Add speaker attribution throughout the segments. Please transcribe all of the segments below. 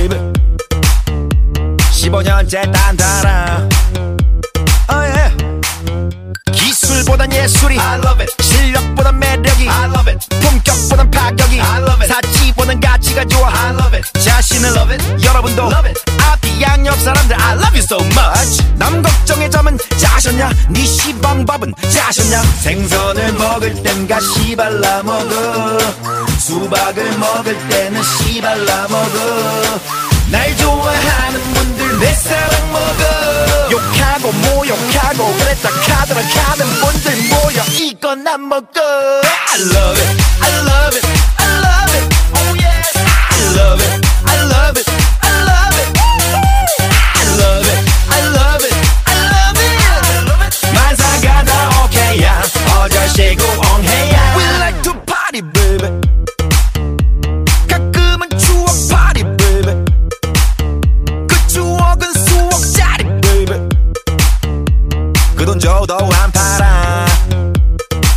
Speaker 1: Oh, 기술보단 예술이 I love it. 실력보단 매력이 I love it. 품격보단 파격이 I love it. 사치보단 가치가 좋아 I love it. 자신을 love it. 여러분도 love it. 앞이 양옆 사람들 I love you so much 남 걱정의 점은 짜셨냐 네 시방밥은 짜셨냐 생선을 먹을 땐가 씨발라 먹어 수박을 먹을 때는 씨발라 먹어 날 좋아하는 분들 내 사랑 먹어 욕하고 모욕하고 그랬다 카더라 카는 분들 모여 이건 안 먹어 I love it I love it I love it oh yeah I love it I love it I love it I love it I love it I love it 만사가 다 오케이야 어절시고 엉해야 We like to party baby 가끔은 추억 party baby 그 추억은 수억짜리 baby 그돈 줘도 안 팔아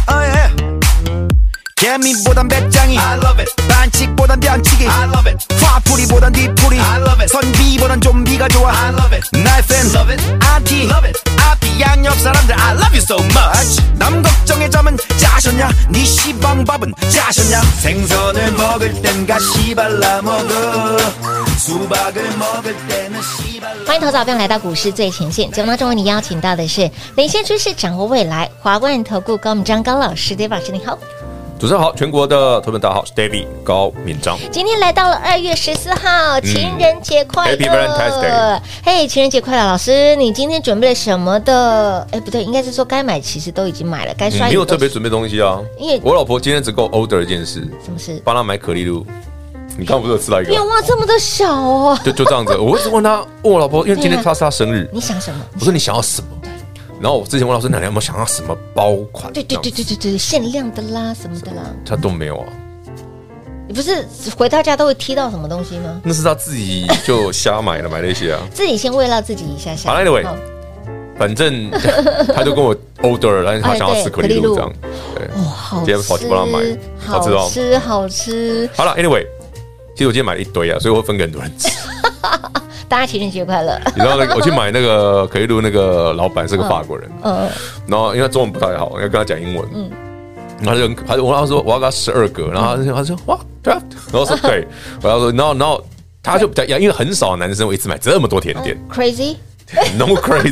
Speaker 1: oh, yeah. 개미보단 배짱이 I love it. 반칙보단 변칙이 I love it. 화풀이보단 뒤풀이 I love it. 선비보단 좀비가 좋아 I love it. 날팬 love it. 안티 love it. 앞이 양옆 사람들 I love you so much 남 걱정의 점은 짜셨냐 네 시방밥은 짜셨냐 생선을 먹을 땐가 씨발라 먹어 수박을 먹을 때는 씨발라
Speaker 2: 欢迎投资者朋友们来到股市最前线节目当中，为你邀请到的是领先趋势、掌握未来华冠投顾高敏章高老师，David 老师你好。
Speaker 3: 主持人好，全国的朋友们大家好，我是 David 高敏章。
Speaker 2: 今天来到了二月十四号，情人节快乐！
Speaker 3: 嗯 Happy Valentine's Day
Speaker 2: 嘿情人节快乐！老师，你今天准备了什么的？哎，不对，应该是说该买其实都已经买了，该
Speaker 3: 你
Speaker 2: 刷
Speaker 3: 嗯没有
Speaker 2: 也
Speaker 3: 特
Speaker 2: 都
Speaker 3: 别准备东西啊
Speaker 2: 因为，
Speaker 3: 我老婆今天只给我 order 一件事，
Speaker 2: 什么事？
Speaker 3: 帮她买可丽露。你刚刚不是有吃到一个
Speaker 2: 愿？望这么的小哦？
Speaker 3: 就就这样子，我一直问她，问我老婆，因为今天她是她生日，
Speaker 2: 你想什么？
Speaker 3: 我说你想要什么？然后我之前问老师奶奶有没有想要什么包款？
Speaker 2: 对对对
Speaker 3: 这样
Speaker 2: 对对对，限量的啦，什么的啦，
Speaker 3: 子，她都没有啊，
Speaker 2: 你不是回到家都会踢到什么东西吗？
Speaker 3: 那是她自己就瞎买的，买了一些啊。
Speaker 2: 自己先慰劳自己一下下。
Speaker 3: 好，anyway
Speaker 2: 好
Speaker 3: 反正 她就跟我 order 了，但是她想
Speaker 2: 哎
Speaker 3: 要吃可丽露这样。对，
Speaker 2: 哇，好
Speaker 3: 今天跑去帮他买
Speaker 2: 吃，
Speaker 3: 好吃哦
Speaker 2: 好吃，好吃！
Speaker 3: 好了，anyway，其实我今天买了一堆啊，所以我会分给很多人吃。
Speaker 2: 大家情人节快乐！
Speaker 3: 你知道那个我去买那个可丽露，那个老板是个法国人，
Speaker 2: 嗯，
Speaker 3: 然后因为他中文不太好，要跟他讲英文，嗯，然后他就很他就我跟他说我要给他十二个，然后他就他就说哇对啊，然后说对，我要说然后然后他就比较因为很少男生会一次买这么多甜点
Speaker 2: crazy，
Speaker 3: ，no crazy，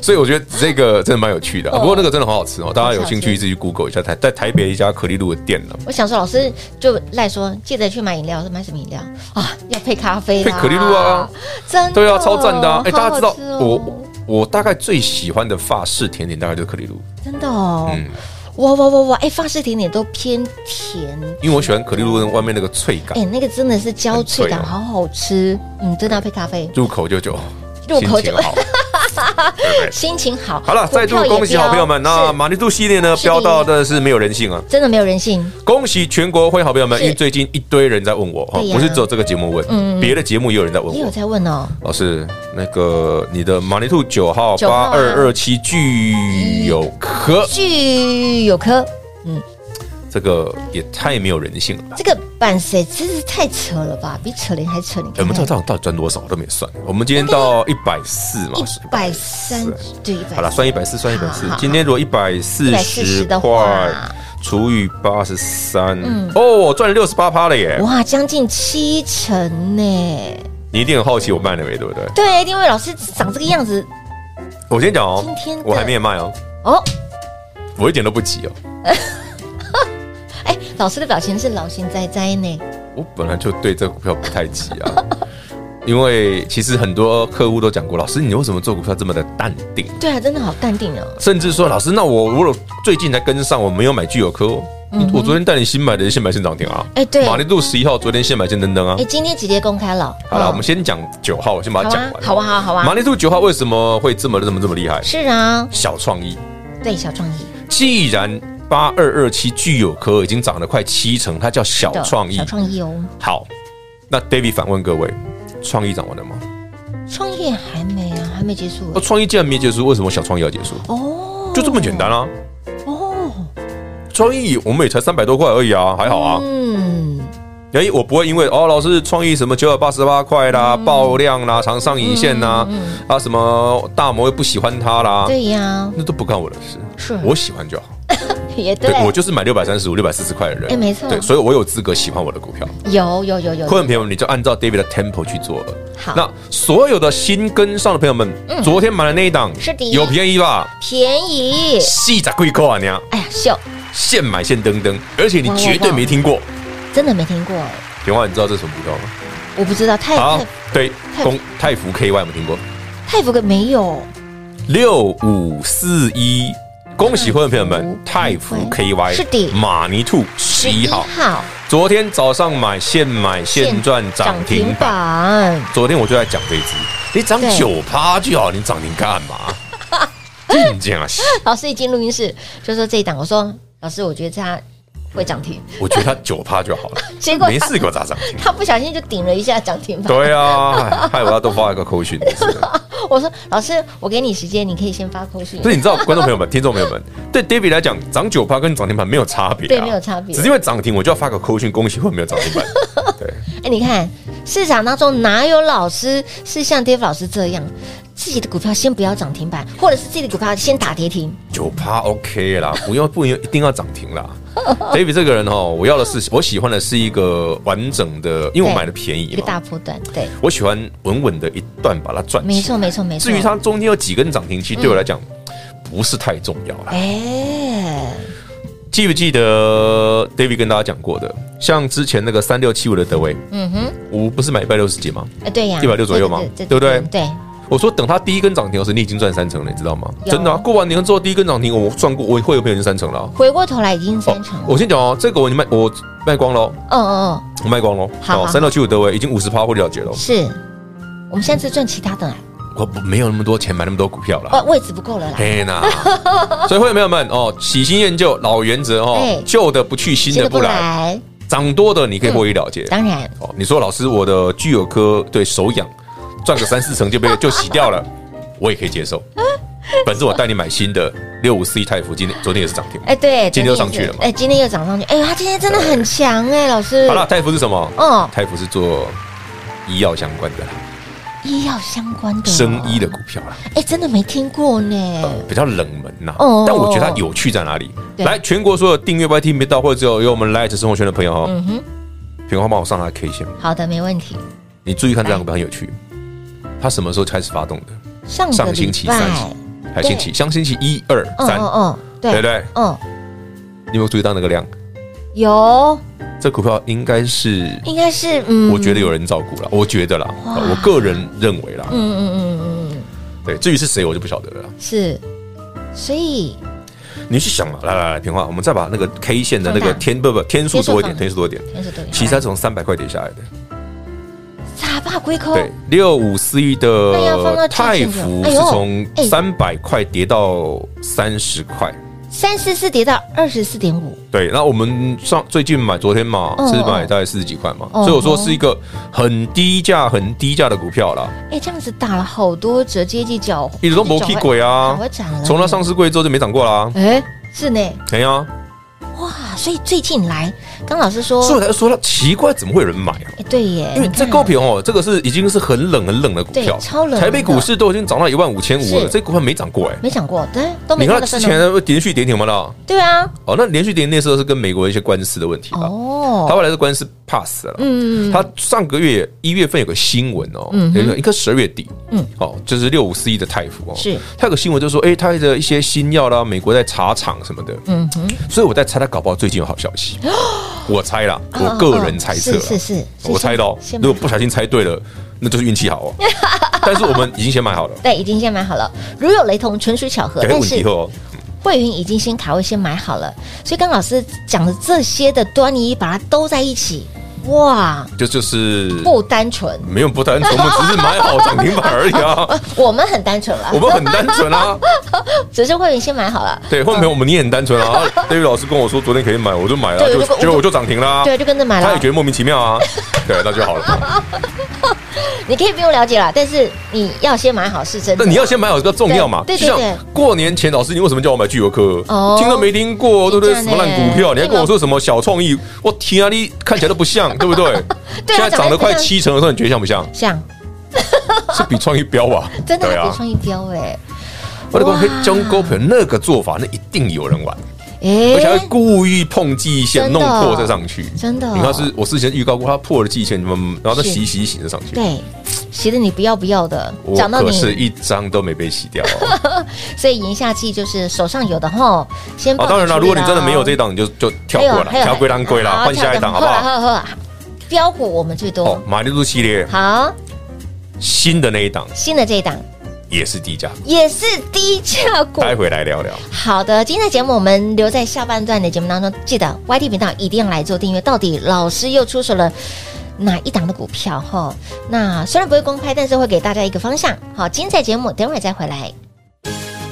Speaker 3: 所以我觉得这个真的蛮有趣的啊，不过那个真的很好吃哦，大家有兴趣自己去 Google 一下台在台北一家可丽露的店呢，
Speaker 2: 我想说老师就赖说记得去买饮料，我说买什么饮料啊？要配咖啡啦，
Speaker 3: 配可丽露啊，
Speaker 2: 真的
Speaker 3: 对啊，超赞的啊，哎，
Speaker 2: 好
Speaker 3: 大家知道
Speaker 2: 好吃哦
Speaker 3: 我我我大概最喜欢的法式甜点大概就是可丽露。
Speaker 2: 真的哦，
Speaker 3: 嗯
Speaker 2: 哇哇哇哇，哎，法式甜点都偏甜，
Speaker 3: 因为我喜欢可丽露跟外面那个脆感
Speaker 2: 哎，，那个真的是焦脆感，
Speaker 3: 很脆哦
Speaker 2: 好好吃，嗯，真的要配咖啡，
Speaker 3: 入口就就
Speaker 2: 入口就
Speaker 3: 心 情好。对不对
Speaker 2: 心情好。
Speaker 3: 好了，
Speaker 2: 股票
Speaker 3: 再度
Speaker 2: 也
Speaker 3: 恭喜
Speaker 2: 飙
Speaker 3: 好朋友们。那
Speaker 2: 是
Speaker 3: 马尼度系列呢，
Speaker 2: 是的
Speaker 3: 飙到真的是没有人性啊！
Speaker 2: 真的没有人性，
Speaker 3: 恭喜全国会好朋友们，
Speaker 2: 是
Speaker 3: 因为最近一堆人在问我哈
Speaker 2: 对，呀嗯
Speaker 3: 不是只有这个节目问，别的节目也有人在问
Speaker 2: 也有
Speaker 3: 我。
Speaker 2: 在问哦，
Speaker 3: 老师，那个你的马尼兔九号
Speaker 2: 九号啊
Speaker 3: 八二二七具有壳，
Speaker 2: 具有科
Speaker 3: 这个也太没有人性了吧？
Speaker 2: 这个版谁真是太扯了吧，比扯铃还扯，你
Speaker 3: 哎我
Speaker 2: 看
Speaker 3: 们这
Speaker 2: 看。
Speaker 3: 账到底赚多少我都没算，我们今天到一百四嘛，
Speaker 2: 一百三
Speaker 3: 140
Speaker 2: 对一百，
Speaker 3: 好了，算一百四，算一百四
Speaker 2: 好好。
Speaker 3: 今天如果一百四十
Speaker 2: 140的
Speaker 3: 块
Speaker 2: 话嗯
Speaker 3: 除以八十三，哦，赚了六十八趴了耶！
Speaker 2: 哇，将近七成呢！
Speaker 3: 你一定很好奇我卖了没，对不对？
Speaker 2: 对，因为老师长这个样子
Speaker 3: 我先讲哦
Speaker 2: 今天的，
Speaker 3: 我还没有卖哦，
Speaker 2: 哦，
Speaker 3: 我一点都不急哦，
Speaker 2: 哎，老师的表情是老心哉哉呢。
Speaker 3: 我本来就对这个股票不太急啊。因为其实很多客户都讲过，老师你为什么做股票这么的淡定？
Speaker 2: 对啊，真的好淡定哦。
Speaker 3: 甚至说，老师，那我我有最近才跟上，我没有买具有科哦，我昨天带你新买的现买现涨停啊，
Speaker 2: 嗯哎对
Speaker 3: 马尼路十一号昨天现买现登登啊
Speaker 2: 哎，。今天直接公开了。
Speaker 3: 好了，
Speaker 2: 哦
Speaker 3: 我们先讲九号，我先把它
Speaker 2: 好
Speaker 3: 讲
Speaker 2: 啊，
Speaker 3: 完。
Speaker 2: 好啊，好啊，好
Speaker 3: 马
Speaker 2: 啊。
Speaker 3: 尼路九号为什么会这么这么这么厉害？
Speaker 2: 是啊，
Speaker 3: 小创意，
Speaker 2: 对，小创意，
Speaker 3: 既然八二二七具有科已经涨了快七成，它叫小
Speaker 2: 的
Speaker 3: 创意
Speaker 2: 小。创意哦，
Speaker 3: 好，那 David 反问各位，创意涨完了吗？
Speaker 2: 嗯创业还没啊，还没结束
Speaker 3: 那创意既然没结束，为什么小创意要结束？
Speaker 2: 哦，
Speaker 3: 就这么简单啊！
Speaker 2: 哦，
Speaker 3: 创意我们也才三百多块而已啊，还好啊。
Speaker 2: 嗯，
Speaker 3: 哎、我不会因为哦，老师创意什么九百八十八块啦、
Speaker 2: 嗯
Speaker 3: 爆量啦、长上影线啦，啊什么大摩又不喜欢它啦，
Speaker 2: 对呀，
Speaker 3: 那都不干我的事，
Speaker 2: 是
Speaker 3: 我喜欢就好。
Speaker 2: 也对，
Speaker 3: 我就是买六百三十五、六百四十块的人，
Speaker 2: 哎没错
Speaker 3: 对，所以我有资格喜欢我的股票。
Speaker 2: 有有有有，
Speaker 3: 会员朋友，你就按照 David 的 tempo 去做了。
Speaker 2: 好嗯
Speaker 3: 那所有的新跟上的朋友们，昨天买的那一档
Speaker 2: 是的
Speaker 3: 有便宜吧？
Speaker 2: 便宜，
Speaker 3: 细仔贵扣啊娘，
Speaker 2: 哎呀，秀，
Speaker 3: 现买现登登，而且你
Speaker 2: 哇哇
Speaker 3: 绝对
Speaker 2: 哇
Speaker 3: 没听过。
Speaker 2: 真的没听过，
Speaker 3: 平花，你知道这是什么股票吗？
Speaker 2: 我不知道泰
Speaker 3: 好
Speaker 2: 泰，
Speaker 3: 对，
Speaker 2: 泰
Speaker 3: 公泰福 KY 有没有听过？
Speaker 2: 泰福哥没有，
Speaker 3: 六五四一，恭喜会员朋友们，泰
Speaker 2: 泰
Speaker 3: 福
Speaker 2: 福
Speaker 3: KY
Speaker 2: 是的
Speaker 3: 马尼兔十一号，
Speaker 2: 好，
Speaker 3: 昨天早上买现买现赚涨停板，
Speaker 2: 板，
Speaker 3: 昨天我就在讲这一只，你涨
Speaker 2: 对
Speaker 3: 九趴就好，你涨停干嘛？真 讲啊，
Speaker 2: 老师一进录音室就说这一档，我说老师，我觉得它会涨停，
Speaker 3: 我觉得它九趴就好了，
Speaker 2: 结果它
Speaker 3: 没事给我砸涨停。
Speaker 2: 他不小心就顶了一下涨停板。
Speaker 3: 对啊，害我要多发一个口讯。真 是的
Speaker 2: 我说老师，我给你时间，你可以先发口讯。
Speaker 3: 所以你知道，观众朋友们、听众朋友们，对 David 来讲，涨九趴跟涨停板没有差别、啊，
Speaker 2: 对没有差别
Speaker 3: 只是因为涨停，我就要发个扣讯，恭喜会没有涨停板。对，
Speaker 2: 哎，你看市场当中哪有老师是像 Dave 老师这样，自己的股票先不要涨停板，或者是自己的股票先打跌停？
Speaker 3: 九趴 OK 啦，不用不一定一定要涨 停啦。David 这个人哦，我要的是我喜欢的是一个完整的，因为我
Speaker 2: 对
Speaker 3: 买的便
Speaker 2: 一
Speaker 3: 宜
Speaker 2: 个
Speaker 3: 嘛，
Speaker 2: 大波段，对，
Speaker 3: 我喜欢稳稳的一段把它赚起来。
Speaker 2: 没错，嗯没错，没错。
Speaker 3: 至于它中间有几根涨停，其实对我来讲不是太重要
Speaker 2: 嗯
Speaker 3: 啦。
Speaker 2: 哎，
Speaker 3: 记不记得 David 跟大家讲过的，像之前那个三六七五的德威，
Speaker 2: 嗯哼，
Speaker 3: 我不是买一百六十几吗？
Speaker 2: 哎，对呀，
Speaker 3: 160左右嘛对不对
Speaker 2: 对，
Speaker 3: 我说等它第一根涨停的时候，你已经赚三成了，你知道吗？
Speaker 2: 有
Speaker 3: 真的、啊，过完年之后第一根涨停，我赚过，我会有朋友已经三成了啊。
Speaker 2: 回过头来已经三成
Speaker 3: 哦
Speaker 2: 了。
Speaker 3: 我先讲哦，这个我已经卖我卖光了哦，
Speaker 2: 哦哦哦，
Speaker 3: 我卖光了哦。
Speaker 2: 好好好
Speaker 3: 三六七五德威已经五十趴获利了结了哦，
Speaker 2: 是我们下次赚其他的啦，啊
Speaker 3: 我不没有那么多钱买那么多股票 了。
Speaker 2: 位位置不够了啦，
Speaker 3: 啊嘿呐， 所以会员朋友们哦，喜新厌旧，老原则哦
Speaker 2: 哎，
Speaker 3: 旧的不去，新
Speaker 2: 新
Speaker 3: 的
Speaker 2: 的
Speaker 3: 不
Speaker 2: 不
Speaker 3: 来，
Speaker 2: 来，嗯
Speaker 3: 涨多的你可以获利了结。
Speaker 2: 当然
Speaker 3: 哦，你说老师，我的具有科对手痒，赚个三四成就 被就洗掉了，我也可以接受。本次我带你买新的六五四一泰福，今天昨天也是涨停。
Speaker 2: 哎，对，
Speaker 3: 今天又
Speaker 2: 昨
Speaker 3: 上去
Speaker 2: 也是
Speaker 3: 了嘛
Speaker 2: 哎，今天又涨上去，哎呦，他今天真的很强哎，老师。
Speaker 3: 好了，，泰福是什么？
Speaker 2: 哦，
Speaker 3: 泰福是做医药相关的啦，
Speaker 2: 医药相关的
Speaker 3: 生医的，股票啦，
Speaker 2: 哎，真的没听过呢。
Speaker 3: 比较冷门呐
Speaker 2: 哦哦哦。
Speaker 3: 但我觉得它有趣在哪里？
Speaker 2: 对
Speaker 3: 来，全国所有订阅 YT 频道或者有有我们 Light 生活圈的朋友哦，
Speaker 2: 嗯哼，
Speaker 3: 平花帮我上它的 K 线，
Speaker 2: 好的，没问题。
Speaker 3: 你注意看这两个股票很有趣，它什么时候开始发动的？
Speaker 2: 上
Speaker 3: 上
Speaker 2: 哎嗯个
Speaker 3: 星
Speaker 2: 礼
Speaker 3: 期三
Speaker 2: 拜，
Speaker 3: 还星期，像星期一二
Speaker 2: 嗯
Speaker 3: 三，
Speaker 2: 嗯嗯，
Speaker 3: 对不，对？
Speaker 2: 嗯，
Speaker 3: 你有没有注意到那个量？
Speaker 2: 有，
Speaker 3: 这股票应该是，
Speaker 2: 应该是嗯，
Speaker 3: 我觉得有人照顾了，我觉得啦，
Speaker 2: 哇
Speaker 3: 啊我个人认为啦，
Speaker 2: 嗯，嗯嗯嗯嗯
Speaker 3: 对，至于是谁我就不晓得了啦。
Speaker 2: 嗯，是，所以
Speaker 3: 你去想啊了，来来来，平话，我们再把那个 K 线的那个
Speaker 2: 放大
Speaker 3: 天不不天数多一点，
Speaker 2: 天
Speaker 3: 天数多一点，
Speaker 2: 那是多远？
Speaker 3: 其实它是从三百块跌下来的，
Speaker 2: 傻爸归空，
Speaker 3: 对，六五四一
Speaker 2: 哦那要放到
Speaker 3: 的泰
Speaker 2: 最近
Speaker 3: 福
Speaker 2: 的哎
Speaker 3: 是
Speaker 2: 呦
Speaker 3: 从
Speaker 2: 哎
Speaker 3: 三百块跌到三十块。
Speaker 2: 三十四跌到二十四点五，
Speaker 3: 对，那我们上最近买，昨天嘛
Speaker 2: 嗯
Speaker 3: 是买大概四十几块嘛，
Speaker 2: 嗯
Speaker 3: 所以我说是一个很低价、很低价的股票啦，
Speaker 2: 哎，这样子打了好多折，接近脚，
Speaker 3: 一直都没去鬼啊
Speaker 2: 脚会涨了，
Speaker 3: 从它上市柜之后就没涨过啦。
Speaker 2: 哎，是呢，
Speaker 3: 没啊，
Speaker 2: 哇，所以最近来，刚老师说
Speaker 3: 所以，我才说了，奇怪，怎么会有人买啊？
Speaker 2: 哎，对耶，
Speaker 3: 因为
Speaker 2: 你
Speaker 3: 这
Speaker 2: 看
Speaker 3: 高票哦，这个是已经是很冷很冷的股票，
Speaker 2: 对超冷的
Speaker 3: 台北股市都已经涨到一万五千五了，
Speaker 2: 是
Speaker 3: 这股票没涨过哎。
Speaker 2: 没涨过，对，都
Speaker 3: 你
Speaker 2: 没看
Speaker 3: 看它
Speaker 2: 到
Speaker 3: 之
Speaker 2: 分
Speaker 3: 前
Speaker 2: 哦，
Speaker 3: 连续跌停嘛啦，
Speaker 2: 对啊，
Speaker 3: 哦，那连续跌停那时候是跟美国一些官司的问题吧，
Speaker 2: 哦，
Speaker 3: 他后来的官司 pass 了啦。
Speaker 2: 嗯，
Speaker 3: 他上个月一月份有个新闻哦，有一个应该十二月底，嗯
Speaker 2: 嗯，
Speaker 3: 哦，就是六五四一的泰福哦，
Speaker 2: 是
Speaker 3: 他有个新闻就说，哎，他的一些新药啦，美国在查厂什么的，
Speaker 2: 嗯哼，
Speaker 3: 所以我在猜他搞不好最近有好消息，我猜啦，我
Speaker 2: 哦啊
Speaker 3: 个人猜测啦，啊
Speaker 2: 嗯是是是，
Speaker 3: 我猜到哦
Speaker 2: 先，
Speaker 3: 如果不小心猜对了，那就是运气 好哦。但是我们已经先买好了，
Speaker 2: 对，已经先买好了。如有雷同，纯属巧合。
Speaker 3: 等
Speaker 2: 但
Speaker 3: 问题哦
Speaker 2: 是
Speaker 3: 后
Speaker 2: 慧云已经先卡位，先买好了。所以刚老师讲的这些的端倪，把它兜在一起，哇，
Speaker 3: 就就是
Speaker 2: 不单纯。
Speaker 3: 没有不单纯，我们只是买好涨停板而已 啊，
Speaker 2: 我们很单纯啦
Speaker 3: 我，们很单纯啊。
Speaker 2: 只是慧云先买好了。
Speaker 3: 对，换朋友我们你也很单纯 啊。对于老师跟我说昨天可以买，我就买了，
Speaker 2: 对
Speaker 3: 就
Speaker 2: 我就
Speaker 3: 结果我就涨停啦。
Speaker 2: 对，就跟着买
Speaker 3: 他
Speaker 2: 了
Speaker 3: 也觉。得莫名其妙啊。 对，那就好了。
Speaker 2: 你可以不用了解啦，但是你要先买好是真的。
Speaker 3: 但你要先买好这个重要嘛。
Speaker 2: 对对
Speaker 3: 就
Speaker 2: 对
Speaker 3: 像
Speaker 2: 对
Speaker 3: 过年前，老师你为什么叫我买聚友科
Speaker 2: 哦？
Speaker 3: 听都没听过，对不对？
Speaker 2: 真
Speaker 3: 什
Speaker 2: 的
Speaker 3: 么烂股票，你还
Speaker 2: 对
Speaker 3: 跟我说什么小创意？我天啊，你看起来都不像，对不对？
Speaker 2: 对啊
Speaker 3: 现在
Speaker 2: 长
Speaker 3: 涨
Speaker 2: 得
Speaker 3: 得快
Speaker 2: 不像
Speaker 3: 七成的时候，你觉得像不像？
Speaker 2: 像
Speaker 3: 是比创意标吧？
Speaker 2: 真的
Speaker 3: 对
Speaker 2: 还比
Speaker 3: 啊。
Speaker 2: 创意标哎
Speaker 3: 我就讲，
Speaker 2: 哇
Speaker 3: 嘿，中股票那个做法，那一定有人玩，而且还
Speaker 2: 哎
Speaker 3: 会，故意碰季线，
Speaker 2: 真的
Speaker 3: 弄破再上去。
Speaker 2: 真的，哦
Speaker 3: 你看是，我事先预告过，它破了季线，嗯然后再
Speaker 2: 是
Speaker 3: 洗一洗一洗就上去。
Speaker 2: 对，洗的你不要不要的，
Speaker 3: 我
Speaker 2: 讲到
Speaker 3: 可是
Speaker 2: 你，
Speaker 3: 一张都没被洗掉哦。
Speaker 2: 所以言下之意就是手上有的吼，先
Speaker 3: 啊，
Speaker 2: 抱着
Speaker 3: 当然了，
Speaker 2: 处理
Speaker 3: 如果你真的没有这一
Speaker 2: 哦
Speaker 3: 档，你就就跳过了，
Speaker 2: 还有还有
Speaker 3: 跳归当归啦，
Speaker 2: 好
Speaker 3: 换下一档好不
Speaker 2: 跳
Speaker 3: 好？
Speaker 2: 过来好好好，标股我们最多
Speaker 3: 哦，，马铃薯系列
Speaker 2: 好，
Speaker 3: 新的那一档
Speaker 2: 新的这一档
Speaker 3: 也是低价，
Speaker 2: 也是低价股。
Speaker 3: 待会来聊聊。
Speaker 2: 好的，今天的节目我们留在下半段的节目当中，记得 YT 频道一定要来做订阅。到底老师又出手了哪一档的股票？哈，那虽然不会公开，但是会给大家一个方向。好，精彩节目等会儿再回来。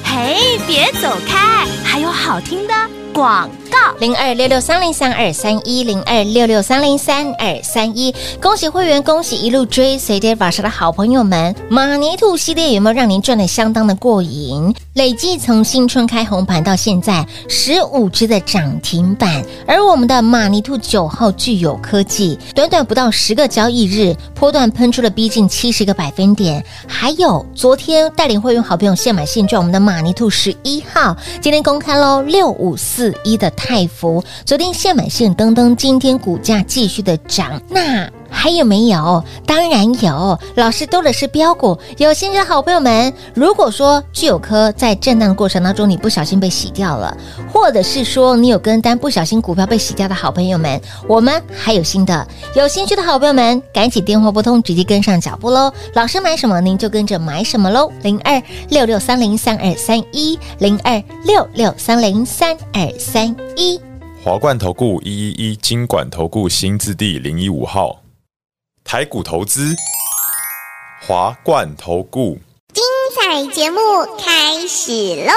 Speaker 4: 嘿，别走开，还有好听的广告。
Speaker 2: 零二六六三零三二三一零二六六三零三二三一。恭喜会员，恭喜一路追随 David 老师的好朋友们！马尼兔系列有没有让您赚的相当的过瘾？累计从新春开红盘到现在，十五只的涨停板，而我们的马尼兔九号具有科技，短短不到十个交易日，波段喷出了逼近七十个百分点。还有昨天带领会员好朋友现买现赚我们的马尼兔十一号，今天公开喽六五四一的泰福，昨天现买现登登，今天股价继续的涨，那。还有没有？当然有，老师兜的是标股。有兴趣的好朋友们，如果说具有科在震荡过程当中你不小心被洗掉了，或者是说你有跟单不小心股票被洗掉的好朋友们，我们还有新的。有兴趣的好朋友们，赶紧电话拨通，直接跟上脚步喽。老师买什么，您就跟着买什么喽。零二六六三零三二三一，零二六六三零三二三一。
Speaker 5: 华冠投顾一一一金管投顾新字第零一五号，台股投资，华冠投顾。
Speaker 6: 彩节目开始喽！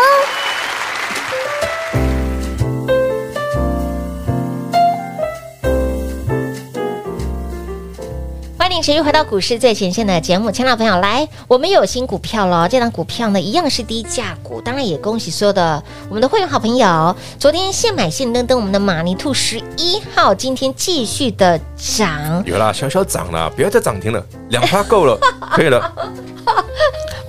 Speaker 2: 欢迎持续回到股市最前线的节目，亲爱的朋友，来，我们有新股票了。这档股票呢，一样是低价股，当然也恭喜所有的我们的会员好朋友。昨天现买现登登，我们的马尼兔十一号今天继续的涨，
Speaker 3: 有啦，小小涨啦，不要再涨停了，两趴够了，可 以了。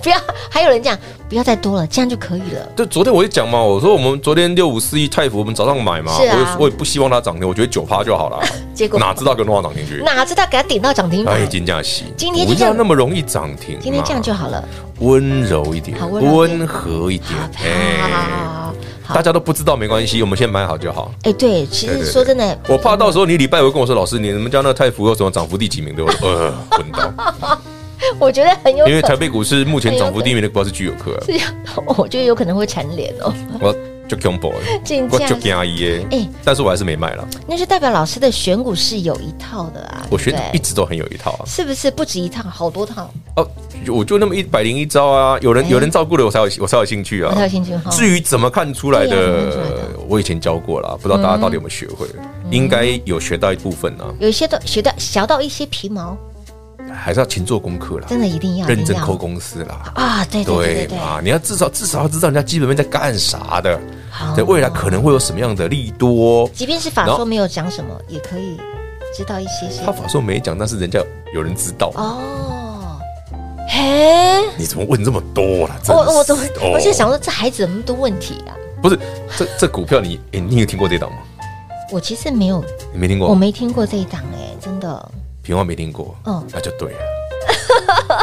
Speaker 2: 不要还有人讲不要再多了，这样就可以了。
Speaker 3: 就昨天我就讲嘛，我说我们昨天六五四一泰福，我们早上买嘛，
Speaker 2: 是啊
Speaker 3: 我也我也不希望它涨停，我觉得九趴就好了。
Speaker 2: 结果
Speaker 3: 哪知道跟诺华涨停去？
Speaker 2: 哪知道给它顶到涨停板
Speaker 3: 嗯哎，，金价洗，
Speaker 2: 今天
Speaker 3: 不
Speaker 2: 就这样
Speaker 3: 要那么容易涨停嘛，
Speaker 2: 今天这样就好了。
Speaker 3: 温柔一点
Speaker 2: 好，温柔一点
Speaker 3: 温和一点，哎
Speaker 2: 啊，好
Speaker 3: 大，家都不知道没关系，我们先买好就好。
Speaker 2: 哎，对，其
Speaker 3: 对
Speaker 2: 实
Speaker 3: 对对
Speaker 2: 说真的，
Speaker 3: 我怕到时候你礼拜五跟我说，老师，你们家那泰福有什么涨幅第几名？对我说，呃，混 到，
Speaker 2: 我觉得很有
Speaker 3: 因为
Speaker 2: 可
Speaker 3: 台北股市目前涨
Speaker 2: 哎
Speaker 3: 幅第一名的股票是具有科，
Speaker 2: 能， 我觉得有可能会缠脸哦。
Speaker 3: 我就 combo，
Speaker 2: 竞价
Speaker 3: 我就惊伊
Speaker 2: 哎
Speaker 3: 耶，但是我还是没卖了。
Speaker 2: 那就代表老师的选股是有一套的啊。
Speaker 3: 我学的
Speaker 2: 对不
Speaker 3: 一
Speaker 2: 对
Speaker 3: 直都很有一套啊，
Speaker 2: 是不是不止一套，好多套？
Speaker 3: 哦，我就那么一百零一招啊，有人
Speaker 2: 哎
Speaker 3: 有人照顾了我才有我才有兴趣
Speaker 2: 我
Speaker 3: 啊
Speaker 2: 才。有兴趣哈。
Speaker 3: 至于怎么看出来
Speaker 2: 对啊怎么看出来嗯
Speaker 3: 的
Speaker 2: 的，
Speaker 3: 我以前教过啦，不知道大家到底有没有学会，应该有学到一部分啊，
Speaker 2: 有一些都学到学到一些皮毛，
Speaker 3: 还是要勤做功课啦，
Speaker 2: 真的一定要
Speaker 3: 认真
Speaker 2: 一定要
Speaker 3: 抠公司啦。
Speaker 2: 啊！对对对对
Speaker 3: 对
Speaker 2: 对，
Speaker 3: 嘛？你要至少至少要知道人家基本面在干啥的
Speaker 2: 好，
Speaker 3: 对未来可能会有什么样的利多。
Speaker 2: 即便是法
Speaker 3: 然
Speaker 2: 说
Speaker 3: 后
Speaker 2: 没有讲什么，也可以知道一些些
Speaker 3: 他法说没讲，但是人家有人知道。
Speaker 2: 哦。嘿，
Speaker 3: 你怎么问这么多啦？真
Speaker 2: 我
Speaker 3: 的是
Speaker 2: 我怎么
Speaker 3: 哦
Speaker 2: 我就想说，这孩子有那么多问题啊？
Speaker 3: 不是这这股票你诶你有听过这档吗？
Speaker 2: 我其实没有，
Speaker 3: 你没听
Speaker 2: 我
Speaker 3: 过？
Speaker 2: 没听过这一档哎，真的
Speaker 3: 平花没听过
Speaker 2: 嗯，
Speaker 3: 那就对了。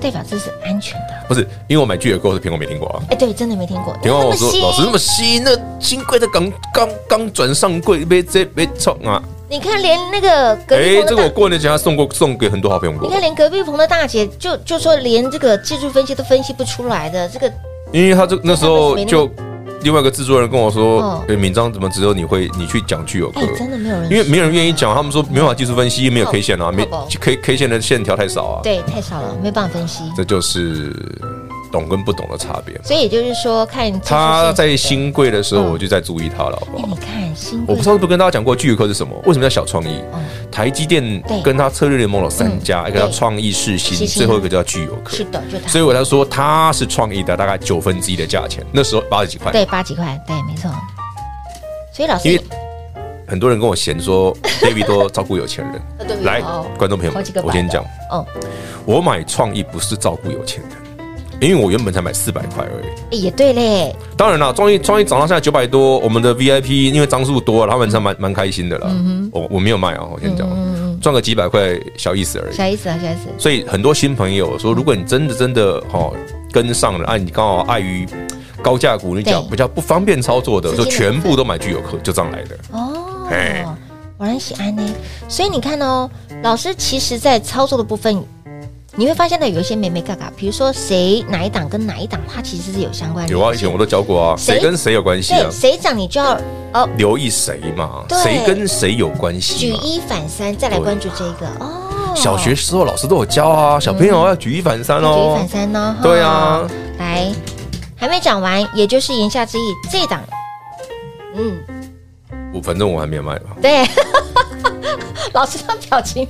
Speaker 2: 代表这是安全的。
Speaker 3: 不是因为我买巨野购是平花没听过啊。
Speaker 2: 哎，对，真的没听过。
Speaker 3: 平花
Speaker 2: 哇
Speaker 3: 我说
Speaker 2: 哦新
Speaker 3: 老师那么新，那新贵的刚刚刚转上柜，被这被冲啊，
Speaker 2: 你看连那个隔壁
Speaker 3: 哎，
Speaker 2: 棚的
Speaker 3: 这
Speaker 2: 大，
Speaker 3: 个我过年前还送过送给很多好朋友
Speaker 2: 你
Speaker 3: 过
Speaker 2: 看，连隔壁棚的大姐就就说连这个技术分析都分析不出来的，这个
Speaker 3: 因为他这那时候
Speaker 2: 没那么
Speaker 3: 就另外一个制作人跟我说
Speaker 2: 哦，
Speaker 3: 哎，敏章怎么只有你会你去讲具有
Speaker 2: 哎
Speaker 3: 科？
Speaker 2: 真的没哦有人
Speaker 3: 因为没有人愿意讲，他们说没办法技术分析，没有
Speaker 2: 靠
Speaker 3: K 线啊，没
Speaker 2: 靠宝
Speaker 3: K K 线的线条太少啊，
Speaker 2: 对太少了，没办法分析。
Speaker 3: 这就是懂跟不懂的差别。
Speaker 2: 所以也就是说，看技术
Speaker 3: 他
Speaker 2: 线
Speaker 3: 在新贵的时候，
Speaker 2: 嗯
Speaker 3: 我就在注意他了，好不
Speaker 2: 哎，
Speaker 3: 好
Speaker 2: 你？看新
Speaker 3: 我
Speaker 2: 贵
Speaker 3: 不上次不跟大家讲过聚友科是什么？为什么叫小创意？台积电
Speaker 2: 嗯对
Speaker 3: 跟他策略联盟有三家，
Speaker 2: 嗯
Speaker 3: 一个叫
Speaker 2: 对
Speaker 3: 创意世新，
Speaker 2: 世新
Speaker 3: 最后一个叫聚友科
Speaker 2: 是。的，就他
Speaker 3: 所以我才说它是创意的大概九分之一的价钱，那时候八十几块。
Speaker 2: 对八几块，对，没错。所以老师
Speaker 3: 因为很多人跟我 嫌说 David 多照顾有钱
Speaker 2: 呃对
Speaker 3: 人。来
Speaker 2: 哦，
Speaker 3: 观众朋友
Speaker 2: 好
Speaker 3: 们
Speaker 2: 几个，百
Speaker 3: 我先讲，
Speaker 2: 哦，
Speaker 3: 我买创意不是照顾有钱人，因为我原本才买四百块而已。
Speaker 2: 哎也对嘞，
Speaker 3: 当然啦，创意创意涨到现在九百多，我们的 VIP 因为张数多了，他们才蛮蛮开心的啦。
Speaker 2: 嗯
Speaker 3: 我我没有卖啊，我先讲，赚个几百块小意思而已。
Speaker 2: 小意思啊，小意思。
Speaker 3: 所以很多新朋友说，如果你真的真的哦跟上了，啊，你刚好碍于高价股，你讲
Speaker 2: 对
Speaker 3: 比较不方便操作的，
Speaker 2: 资金
Speaker 3: 就
Speaker 2: 的
Speaker 3: 全部都买具有客，就这样来的。
Speaker 2: 哦
Speaker 3: 哎，
Speaker 2: 果然喜安呢。所以你看哦，老师其实在操作的部分，你会发现呢有一些美美嘎嘎，比如说谁哪一档跟哪一档，它其实是有相关的。
Speaker 3: 有啊，以前我都教过啊，
Speaker 2: 谁
Speaker 3: 谁跟谁有关系啊
Speaker 2: 对？谁涨你就要哦
Speaker 3: 留意谁嘛，
Speaker 2: 对
Speaker 3: 谁跟谁有关系
Speaker 2: 举
Speaker 3: 嘛？
Speaker 2: 一反三，再来关注这个哦。
Speaker 3: 小学时候老师都有教啊，小朋友要举一反三
Speaker 2: 要嗯举一
Speaker 3: 哦
Speaker 2: 反。三呢？哈
Speaker 3: 对啊，
Speaker 2: 来还没讲完，也就是言下之意，这档。嗯，
Speaker 3: 我反正我还没有卖嘛，
Speaker 2: 对， 老师的表情，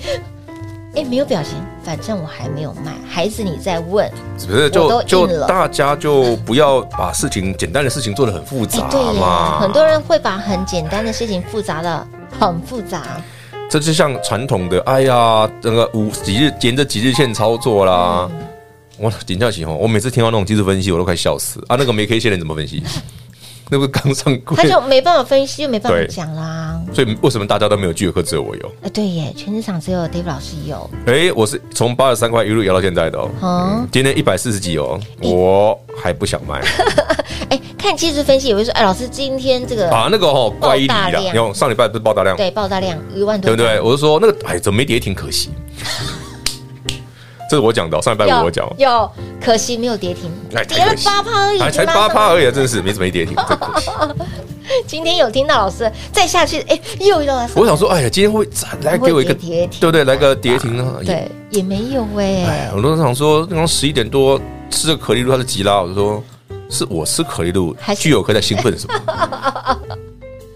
Speaker 2: 哎，没有表情，反正我还没有卖。孩子，你在问，
Speaker 3: 只是
Speaker 2: 我都
Speaker 3: 就
Speaker 2: 硬
Speaker 3: 就
Speaker 2: 了
Speaker 3: 大家就不要把事情简单的事情做得很复
Speaker 2: 哎
Speaker 3: 杂，
Speaker 2: 对呀
Speaker 3: 嘛，。
Speaker 2: 很多人会把很简单的事情复杂的很复杂，
Speaker 3: 这就像传统的，哎呀，那个五几日沿着几日线操作啦。
Speaker 2: 嗯
Speaker 3: 我顶下起吼，我每次听到那种技术分析，我都快笑死啊！那个没 K 线的人怎么 分析？那不是刚上柜
Speaker 2: 他？就没办法分析，就没办法
Speaker 3: 对
Speaker 2: 讲啦。
Speaker 3: 所以为什么大家都没有聚合课，只有我有？
Speaker 2: 哎，对耶，全市场只有 Dave 老师有，
Speaker 3: 哎，我是从八十三块一路摇到现在的哦，
Speaker 2: 嗯
Speaker 3: 嗯今天一百四十几哦，我还不想 卖
Speaker 2: 哎，看技术分析也会说，哎，老师今天这个、
Speaker 3: 啊！那个哦，怪一离
Speaker 2: 爆大
Speaker 3: 啦，
Speaker 2: 量
Speaker 3: 你看我上礼拜不是爆大量，
Speaker 2: 对爆炸量一万多，
Speaker 3: 对不对？？我就说那个，哎，怎么没跌挺可惜。 这是我讲的哦，上礼拜五我讲哦，
Speaker 2: 有，可惜没有跌停，
Speaker 3: 哎
Speaker 2: 跌了
Speaker 3: 太可惜
Speaker 2: 八趴而已，
Speaker 3: 哎，才
Speaker 2: 拉
Speaker 3: 八
Speaker 2: 上
Speaker 3: 趴
Speaker 2: 来
Speaker 3: 而已啊，真是没怎么一跌停，真 可惜。
Speaker 2: 今天有听到老师再下去，哎，又又来上，
Speaker 3: 我想说，哎呀，今天会再来给我一个，
Speaker 2: 会跌停
Speaker 3: 对不对？来个跌停啊！也，
Speaker 2: 对，也没有哎
Speaker 3: 哎，，我都想说，刚刚十一点多吃了可丽露，他就急啦，我就说是我吃可丽露
Speaker 2: 还，是
Speaker 3: 具有科在兴奋什么？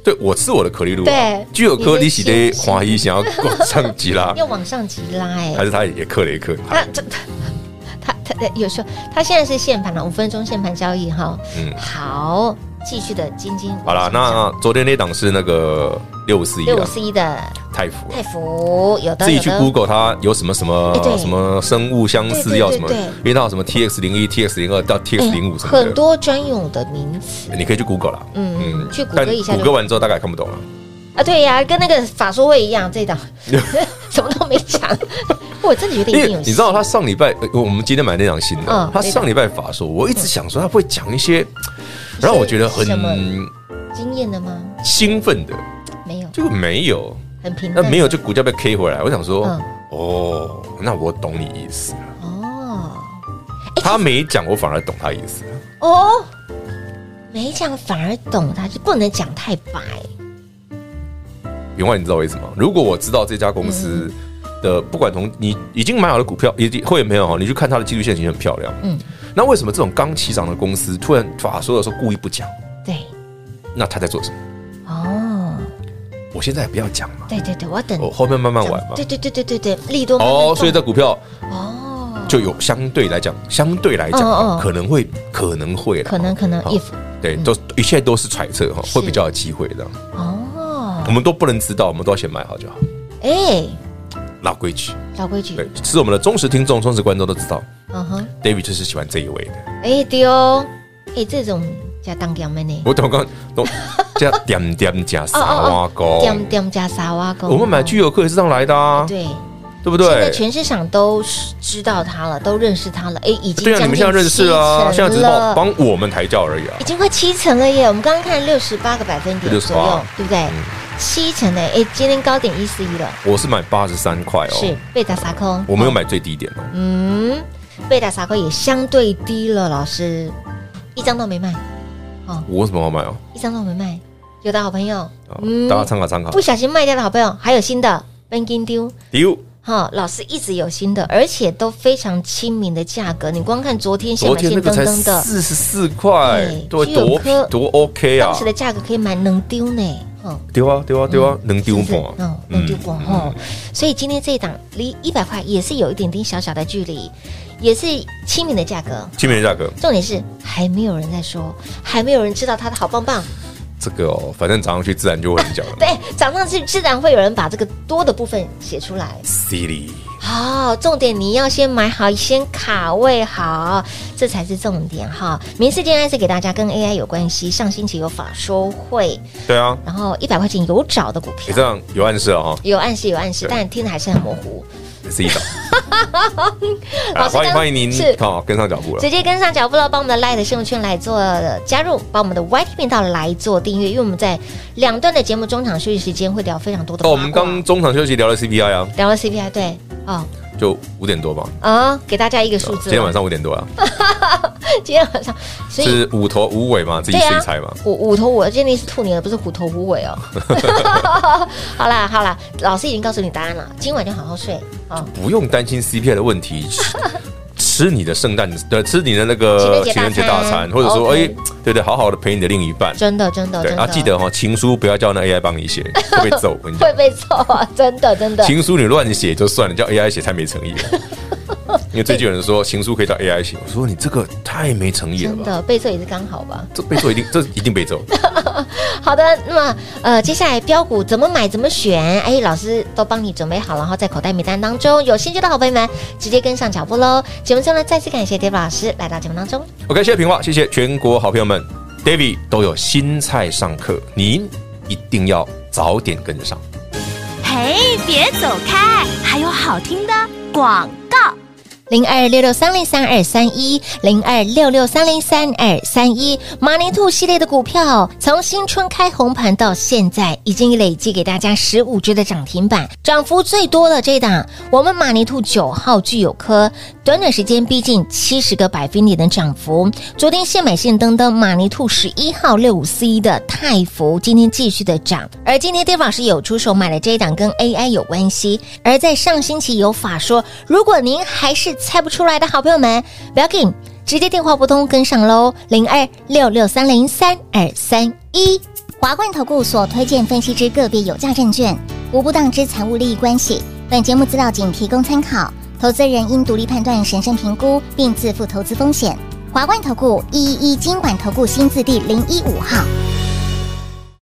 Speaker 3: 对我吃我的可丽露啊，
Speaker 2: 对
Speaker 3: 具有
Speaker 2: 你
Speaker 3: 科你
Speaker 2: 的
Speaker 3: 喜得
Speaker 2: 心
Speaker 3: 华谊想要往上急 啦，
Speaker 2: 又往上急拉哎
Speaker 3: 还，是他也嗑了一嗑？
Speaker 2: 他这他他他有时候他现在是限盘了，五分钟限盘交易哈。
Speaker 3: 嗯
Speaker 2: 好，继续的晶晶。
Speaker 3: 好啦，那昨天那档是那个六五四一
Speaker 2: 六五
Speaker 3: 啊，
Speaker 2: 四一的
Speaker 3: 泰福啊
Speaker 2: 泰。福有的
Speaker 3: 自己
Speaker 2: 有
Speaker 3: 去
Speaker 2: 的
Speaker 3: Google 它有什么什
Speaker 2: 哎对
Speaker 3: 么什么生物相
Speaker 2: 对对
Speaker 3: 似药什么
Speaker 2: 对对，
Speaker 3: 因为它有什么 TX 零一、TX 零二到 TX 零五什么的，
Speaker 2: 哎很多专有的名词
Speaker 3: 你可以去 Google 啦，
Speaker 2: 嗯去谷歌
Speaker 3: 但
Speaker 2: 一下就
Speaker 3: 谷歌完之后大概看不懂了。
Speaker 2: 啊，对呀，跟那个法说会一样，这一 档什么都没讲，我真的觉得
Speaker 3: 因
Speaker 2: 一定
Speaker 3: 为
Speaker 2: 有。
Speaker 3: 你知道，他上礼拜，呃我们今天买那档新
Speaker 2: 嗯
Speaker 3: 的，他上礼拜法说，我一直想说他会讲一些让我觉得很
Speaker 2: 什么经验的吗？
Speaker 3: 兴奋的，
Speaker 2: 没有，
Speaker 3: 结果没有，
Speaker 2: 很平
Speaker 3: 那
Speaker 2: 淡。
Speaker 3: 呃没有就股价被 K 回来。我想说
Speaker 2: 嗯，
Speaker 3: 哦，那我懂你意思了。
Speaker 2: 哦
Speaker 3: 他没讲，我反而懂他意思。
Speaker 2: 哦，没讲反而懂他，就不能讲太白。
Speaker 3: 永外，你知道为什么？如果我知道这家公司
Speaker 2: 嗯
Speaker 3: 的，不管从你已经买好的股票，已经会员朋友，你去看它的技术线型很漂亮。
Speaker 2: 嗯
Speaker 3: 嗯，那为什么这种刚起涨的公司突然法说的时候故意不讲？
Speaker 2: 对，
Speaker 3: 那他在做什么？
Speaker 2: 哦，
Speaker 3: 我现在也不要讲嘛，
Speaker 2: 对对对，我要等
Speaker 3: 我后面慢慢
Speaker 2: 哎讲
Speaker 3: 玩嘛
Speaker 2: 对。对对对对对，利多慢慢
Speaker 3: 哦
Speaker 2: 动，
Speaker 3: 所以这股票
Speaker 2: 哦，
Speaker 3: 就有相对来讲，相对来讲
Speaker 2: 嗯嗯嗯
Speaker 3: 可能会可能会啦哦
Speaker 2: 可能可能
Speaker 3: 好
Speaker 2: if 嗯
Speaker 3: 对，都一切都是揣测哈，
Speaker 2: 是
Speaker 3: 会比较有机会的。
Speaker 2: 哦，
Speaker 3: 我们都不能知道，我们都要先买好就好。
Speaker 2: 哎，
Speaker 3: 老规矩，
Speaker 2: 老规矩
Speaker 3: 对，，是我们的忠实听众、忠实观众都知道
Speaker 2: 嗯哼，
Speaker 3: ，David 就是喜欢这一位的。
Speaker 2: 哎对哦，哎这种加当姜的呢，
Speaker 3: 我怎么讲？都这样点点加沙瓦糕，
Speaker 2: 哦点点加沙瓦狗，
Speaker 3: 我们买居有客也是这样来的啊，
Speaker 2: 对。
Speaker 3: 对不
Speaker 2: 现在
Speaker 3: 对？
Speaker 2: 全市场都知道他了，都认识他了。哎，已经
Speaker 3: 对啊，你们现在认识
Speaker 2: 将
Speaker 3: 啊，
Speaker 2: 近七成
Speaker 3: 现在只是
Speaker 2: 了
Speaker 3: 帮帮我们抬轿而已啊
Speaker 2: 已。经快七成了耶！我们刚刚看六十八个百分点
Speaker 3: 68
Speaker 2: 左右，对不对？七成诶，哎，今天高点一四一了，
Speaker 3: 我是买八十三块哦，
Speaker 2: 是贝塔撒空，
Speaker 3: 我没有买最低点哦。
Speaker 2: 嗯，贝塔撒空也相对低了，老师一张都没卖，
Speaker 3: 我为什么要买哦？
Speaker 2: 一张都没卖，有的好朋友
Speaker 3: 啊，
Speaker 2: 嗯
Speaker 3: 大家参考参考
Speaker 2: 不。小心卖掉的好朋友，还有新的嗯 b a n k i n 丢。
Speaker 3: 丢，
Speaker 2: 哈、老师一直有新的，而且都非常亲民的价格。你光看昨天现
Speaker 3: 昨
Speaker 2: 买
Speaker 3: 天
Speaker 2: 现
Speaker 3: 那个
Speaker 2: 登
Speaker 3: 才
Speaker 2: 登的，
Speaker 3: 四十四块
Speaker 2: 对，
Speaker 3: 对，
Speaker 2: 就有
Speaker 3: 多
Speaker 2: 颗
Speaker 3: 多 OK 啊
Speaker 2: 当！时的价格可以买能丢呢，嗯，
Speaker 3: 丢啊丢啊丢啊，能丢
Speaker 2: 是不是
Speaker 3: 吗？
Speaker 2: 嗯，能丢过哦。所以今天这一档离一百块也是有一点点小小的距离，也是亲民的价格。
Speaker 3: 清明的价格，
Speaker 2: 重点是还没有人在说，还没有人知道它的好棒棒。
Speaker 3: 这个哦，反正涨上去自然就会有人讲了。
Speaker 2: 对，涨上去自然会有人把这个多的部分写出来。
Speaker 3: ，Silly，
Speaker 2: 好、重点你要先买好，先卡位好，这才是重点哈。明世界 I 是给大家跟 AI 有关系，上星期有法说会，
Speaker 3: 对啊，
Speaker 2: 然后一百块钱有找的股
Speaker 3: 你
Speaker 2: 票
Speaker 3: 这，样有暗示了哈，
Speaker 2: 有暗示有暗示，
Speaker 3: 对
Speaker 2: 但听的还是很模糊。
Speaker 3: 自 己找。
Speaker 2: 老
Speaker 3: 啊
Speaker 2: 师
Speaker 3: 欢迎
Speaker 2: 刚
Speaker 3: 欢迎您
Speaker 2: 是
Speaker 3: 哦，跟上脚步了。
Speaker 2: 直接跟上脚步了，帮我们的 Light 生活圈来做加入，把我们的 YT 频道来做订阅，因为我们在两段的节目中场休息时间会聊非常多的八卦。
Speaker 3: 哦，我们刚中场休息聊了 CPI 啊，
Speaker 2: 聊了 CPI，对，哦
Speaker 3: 就五点多吧，
Speaker 2: 啊、给大家一个数字。
Speaker 3: 今天晚上五点多啊，
Speaker 2: 今天晚上，所以
Speaker 3: 是五头五尾嘛，自己
Speaker 2: 对
Speaker 3: 自
Speaker 2: 啊
Speaker 3: 己猜嘛。
Speaker 2: 虎虎头虎，今天是兔年了，不是虎头虎尾哦。 好啦好啦，老师已经告诉你答案了，今晚就好好睡哦。
Speaker 3: 不用担心 CPI 的 问题，吃吃你的圣诞呃，吃你的那个
Speaker 2: 情
Speaker 3: 情
Speaker 2: 人
Speaker 3: 人
Speaker 2: 节
Speaker 3: 节
Speaker 2: 大餐
Speaker 3: 大餐，或者说
Speaker 2: OK
Speaker 3: 哎，对对，好好的陪你的另一半。
Speaker 2: 真的真的
Speaker 3: 对
Speaker 2: 真的，
Speaker 3: 啊，记得哈，情书不要叫那 AI 帮你 写，会被揍。我跟你讲，
Speaker 2: 会被揍啊！ 真的真的，
Speaker 3: 情书你乱写就算了，叫 AI 写太没诚意了。 因为最近有人说情书可以叫 AI 写，我说你这个太没诚意了
Speaker 2: 真
Speaker 3: 吧？
Speaker 2: 的被揍也是刚好吧。
Speaker 3: 这被揍一定，这一定被揍。
Speaker 2: 好的，那么呃，接下来标股怎么买怎么选？哎，老师都帮你准备好了，然后在口袋名单当中，有兴趣的好朋友们直接跟上脚步喽。节目中呢，再次感谢 David 老师来到节目当中。
Speaker 3: OK，谢谢平话，谢谢全国好朋友们，David 都有新菜上课，您一定要早点跟上。
Speaker 4: 嘿，别走开，还有好听的广告。
Speaker 2: 零二六六三零三二三一，零二六六三零三二三一，马尼兔系列的股票，从新春开红盘到现在，已经累计给大家十五只的涨停板，涨幅最多的这档，我们马尼兔九号聚友科，短短时间逼近七十个百分点的涨幅。昨天现买现登登马尼兔十一号六五四一的泰福，今天继续的涨，而今天 Dave 老师有出手买了这一档跟 AI 有关系，而在上星期有法说，如果您还是猜不出来的好朋友们，不要紧，直接电话拨通跟上喽，零二六六三零三二三一。
Speaker 6: 华冠投顾所推荐分析之个别有价证券，无不当之财务利益关系。本节目资料仅提供参考，投资人应独立判断、审慎评估，并自负投资风险。华冠投顾一一一金管投顾新字第零一五号。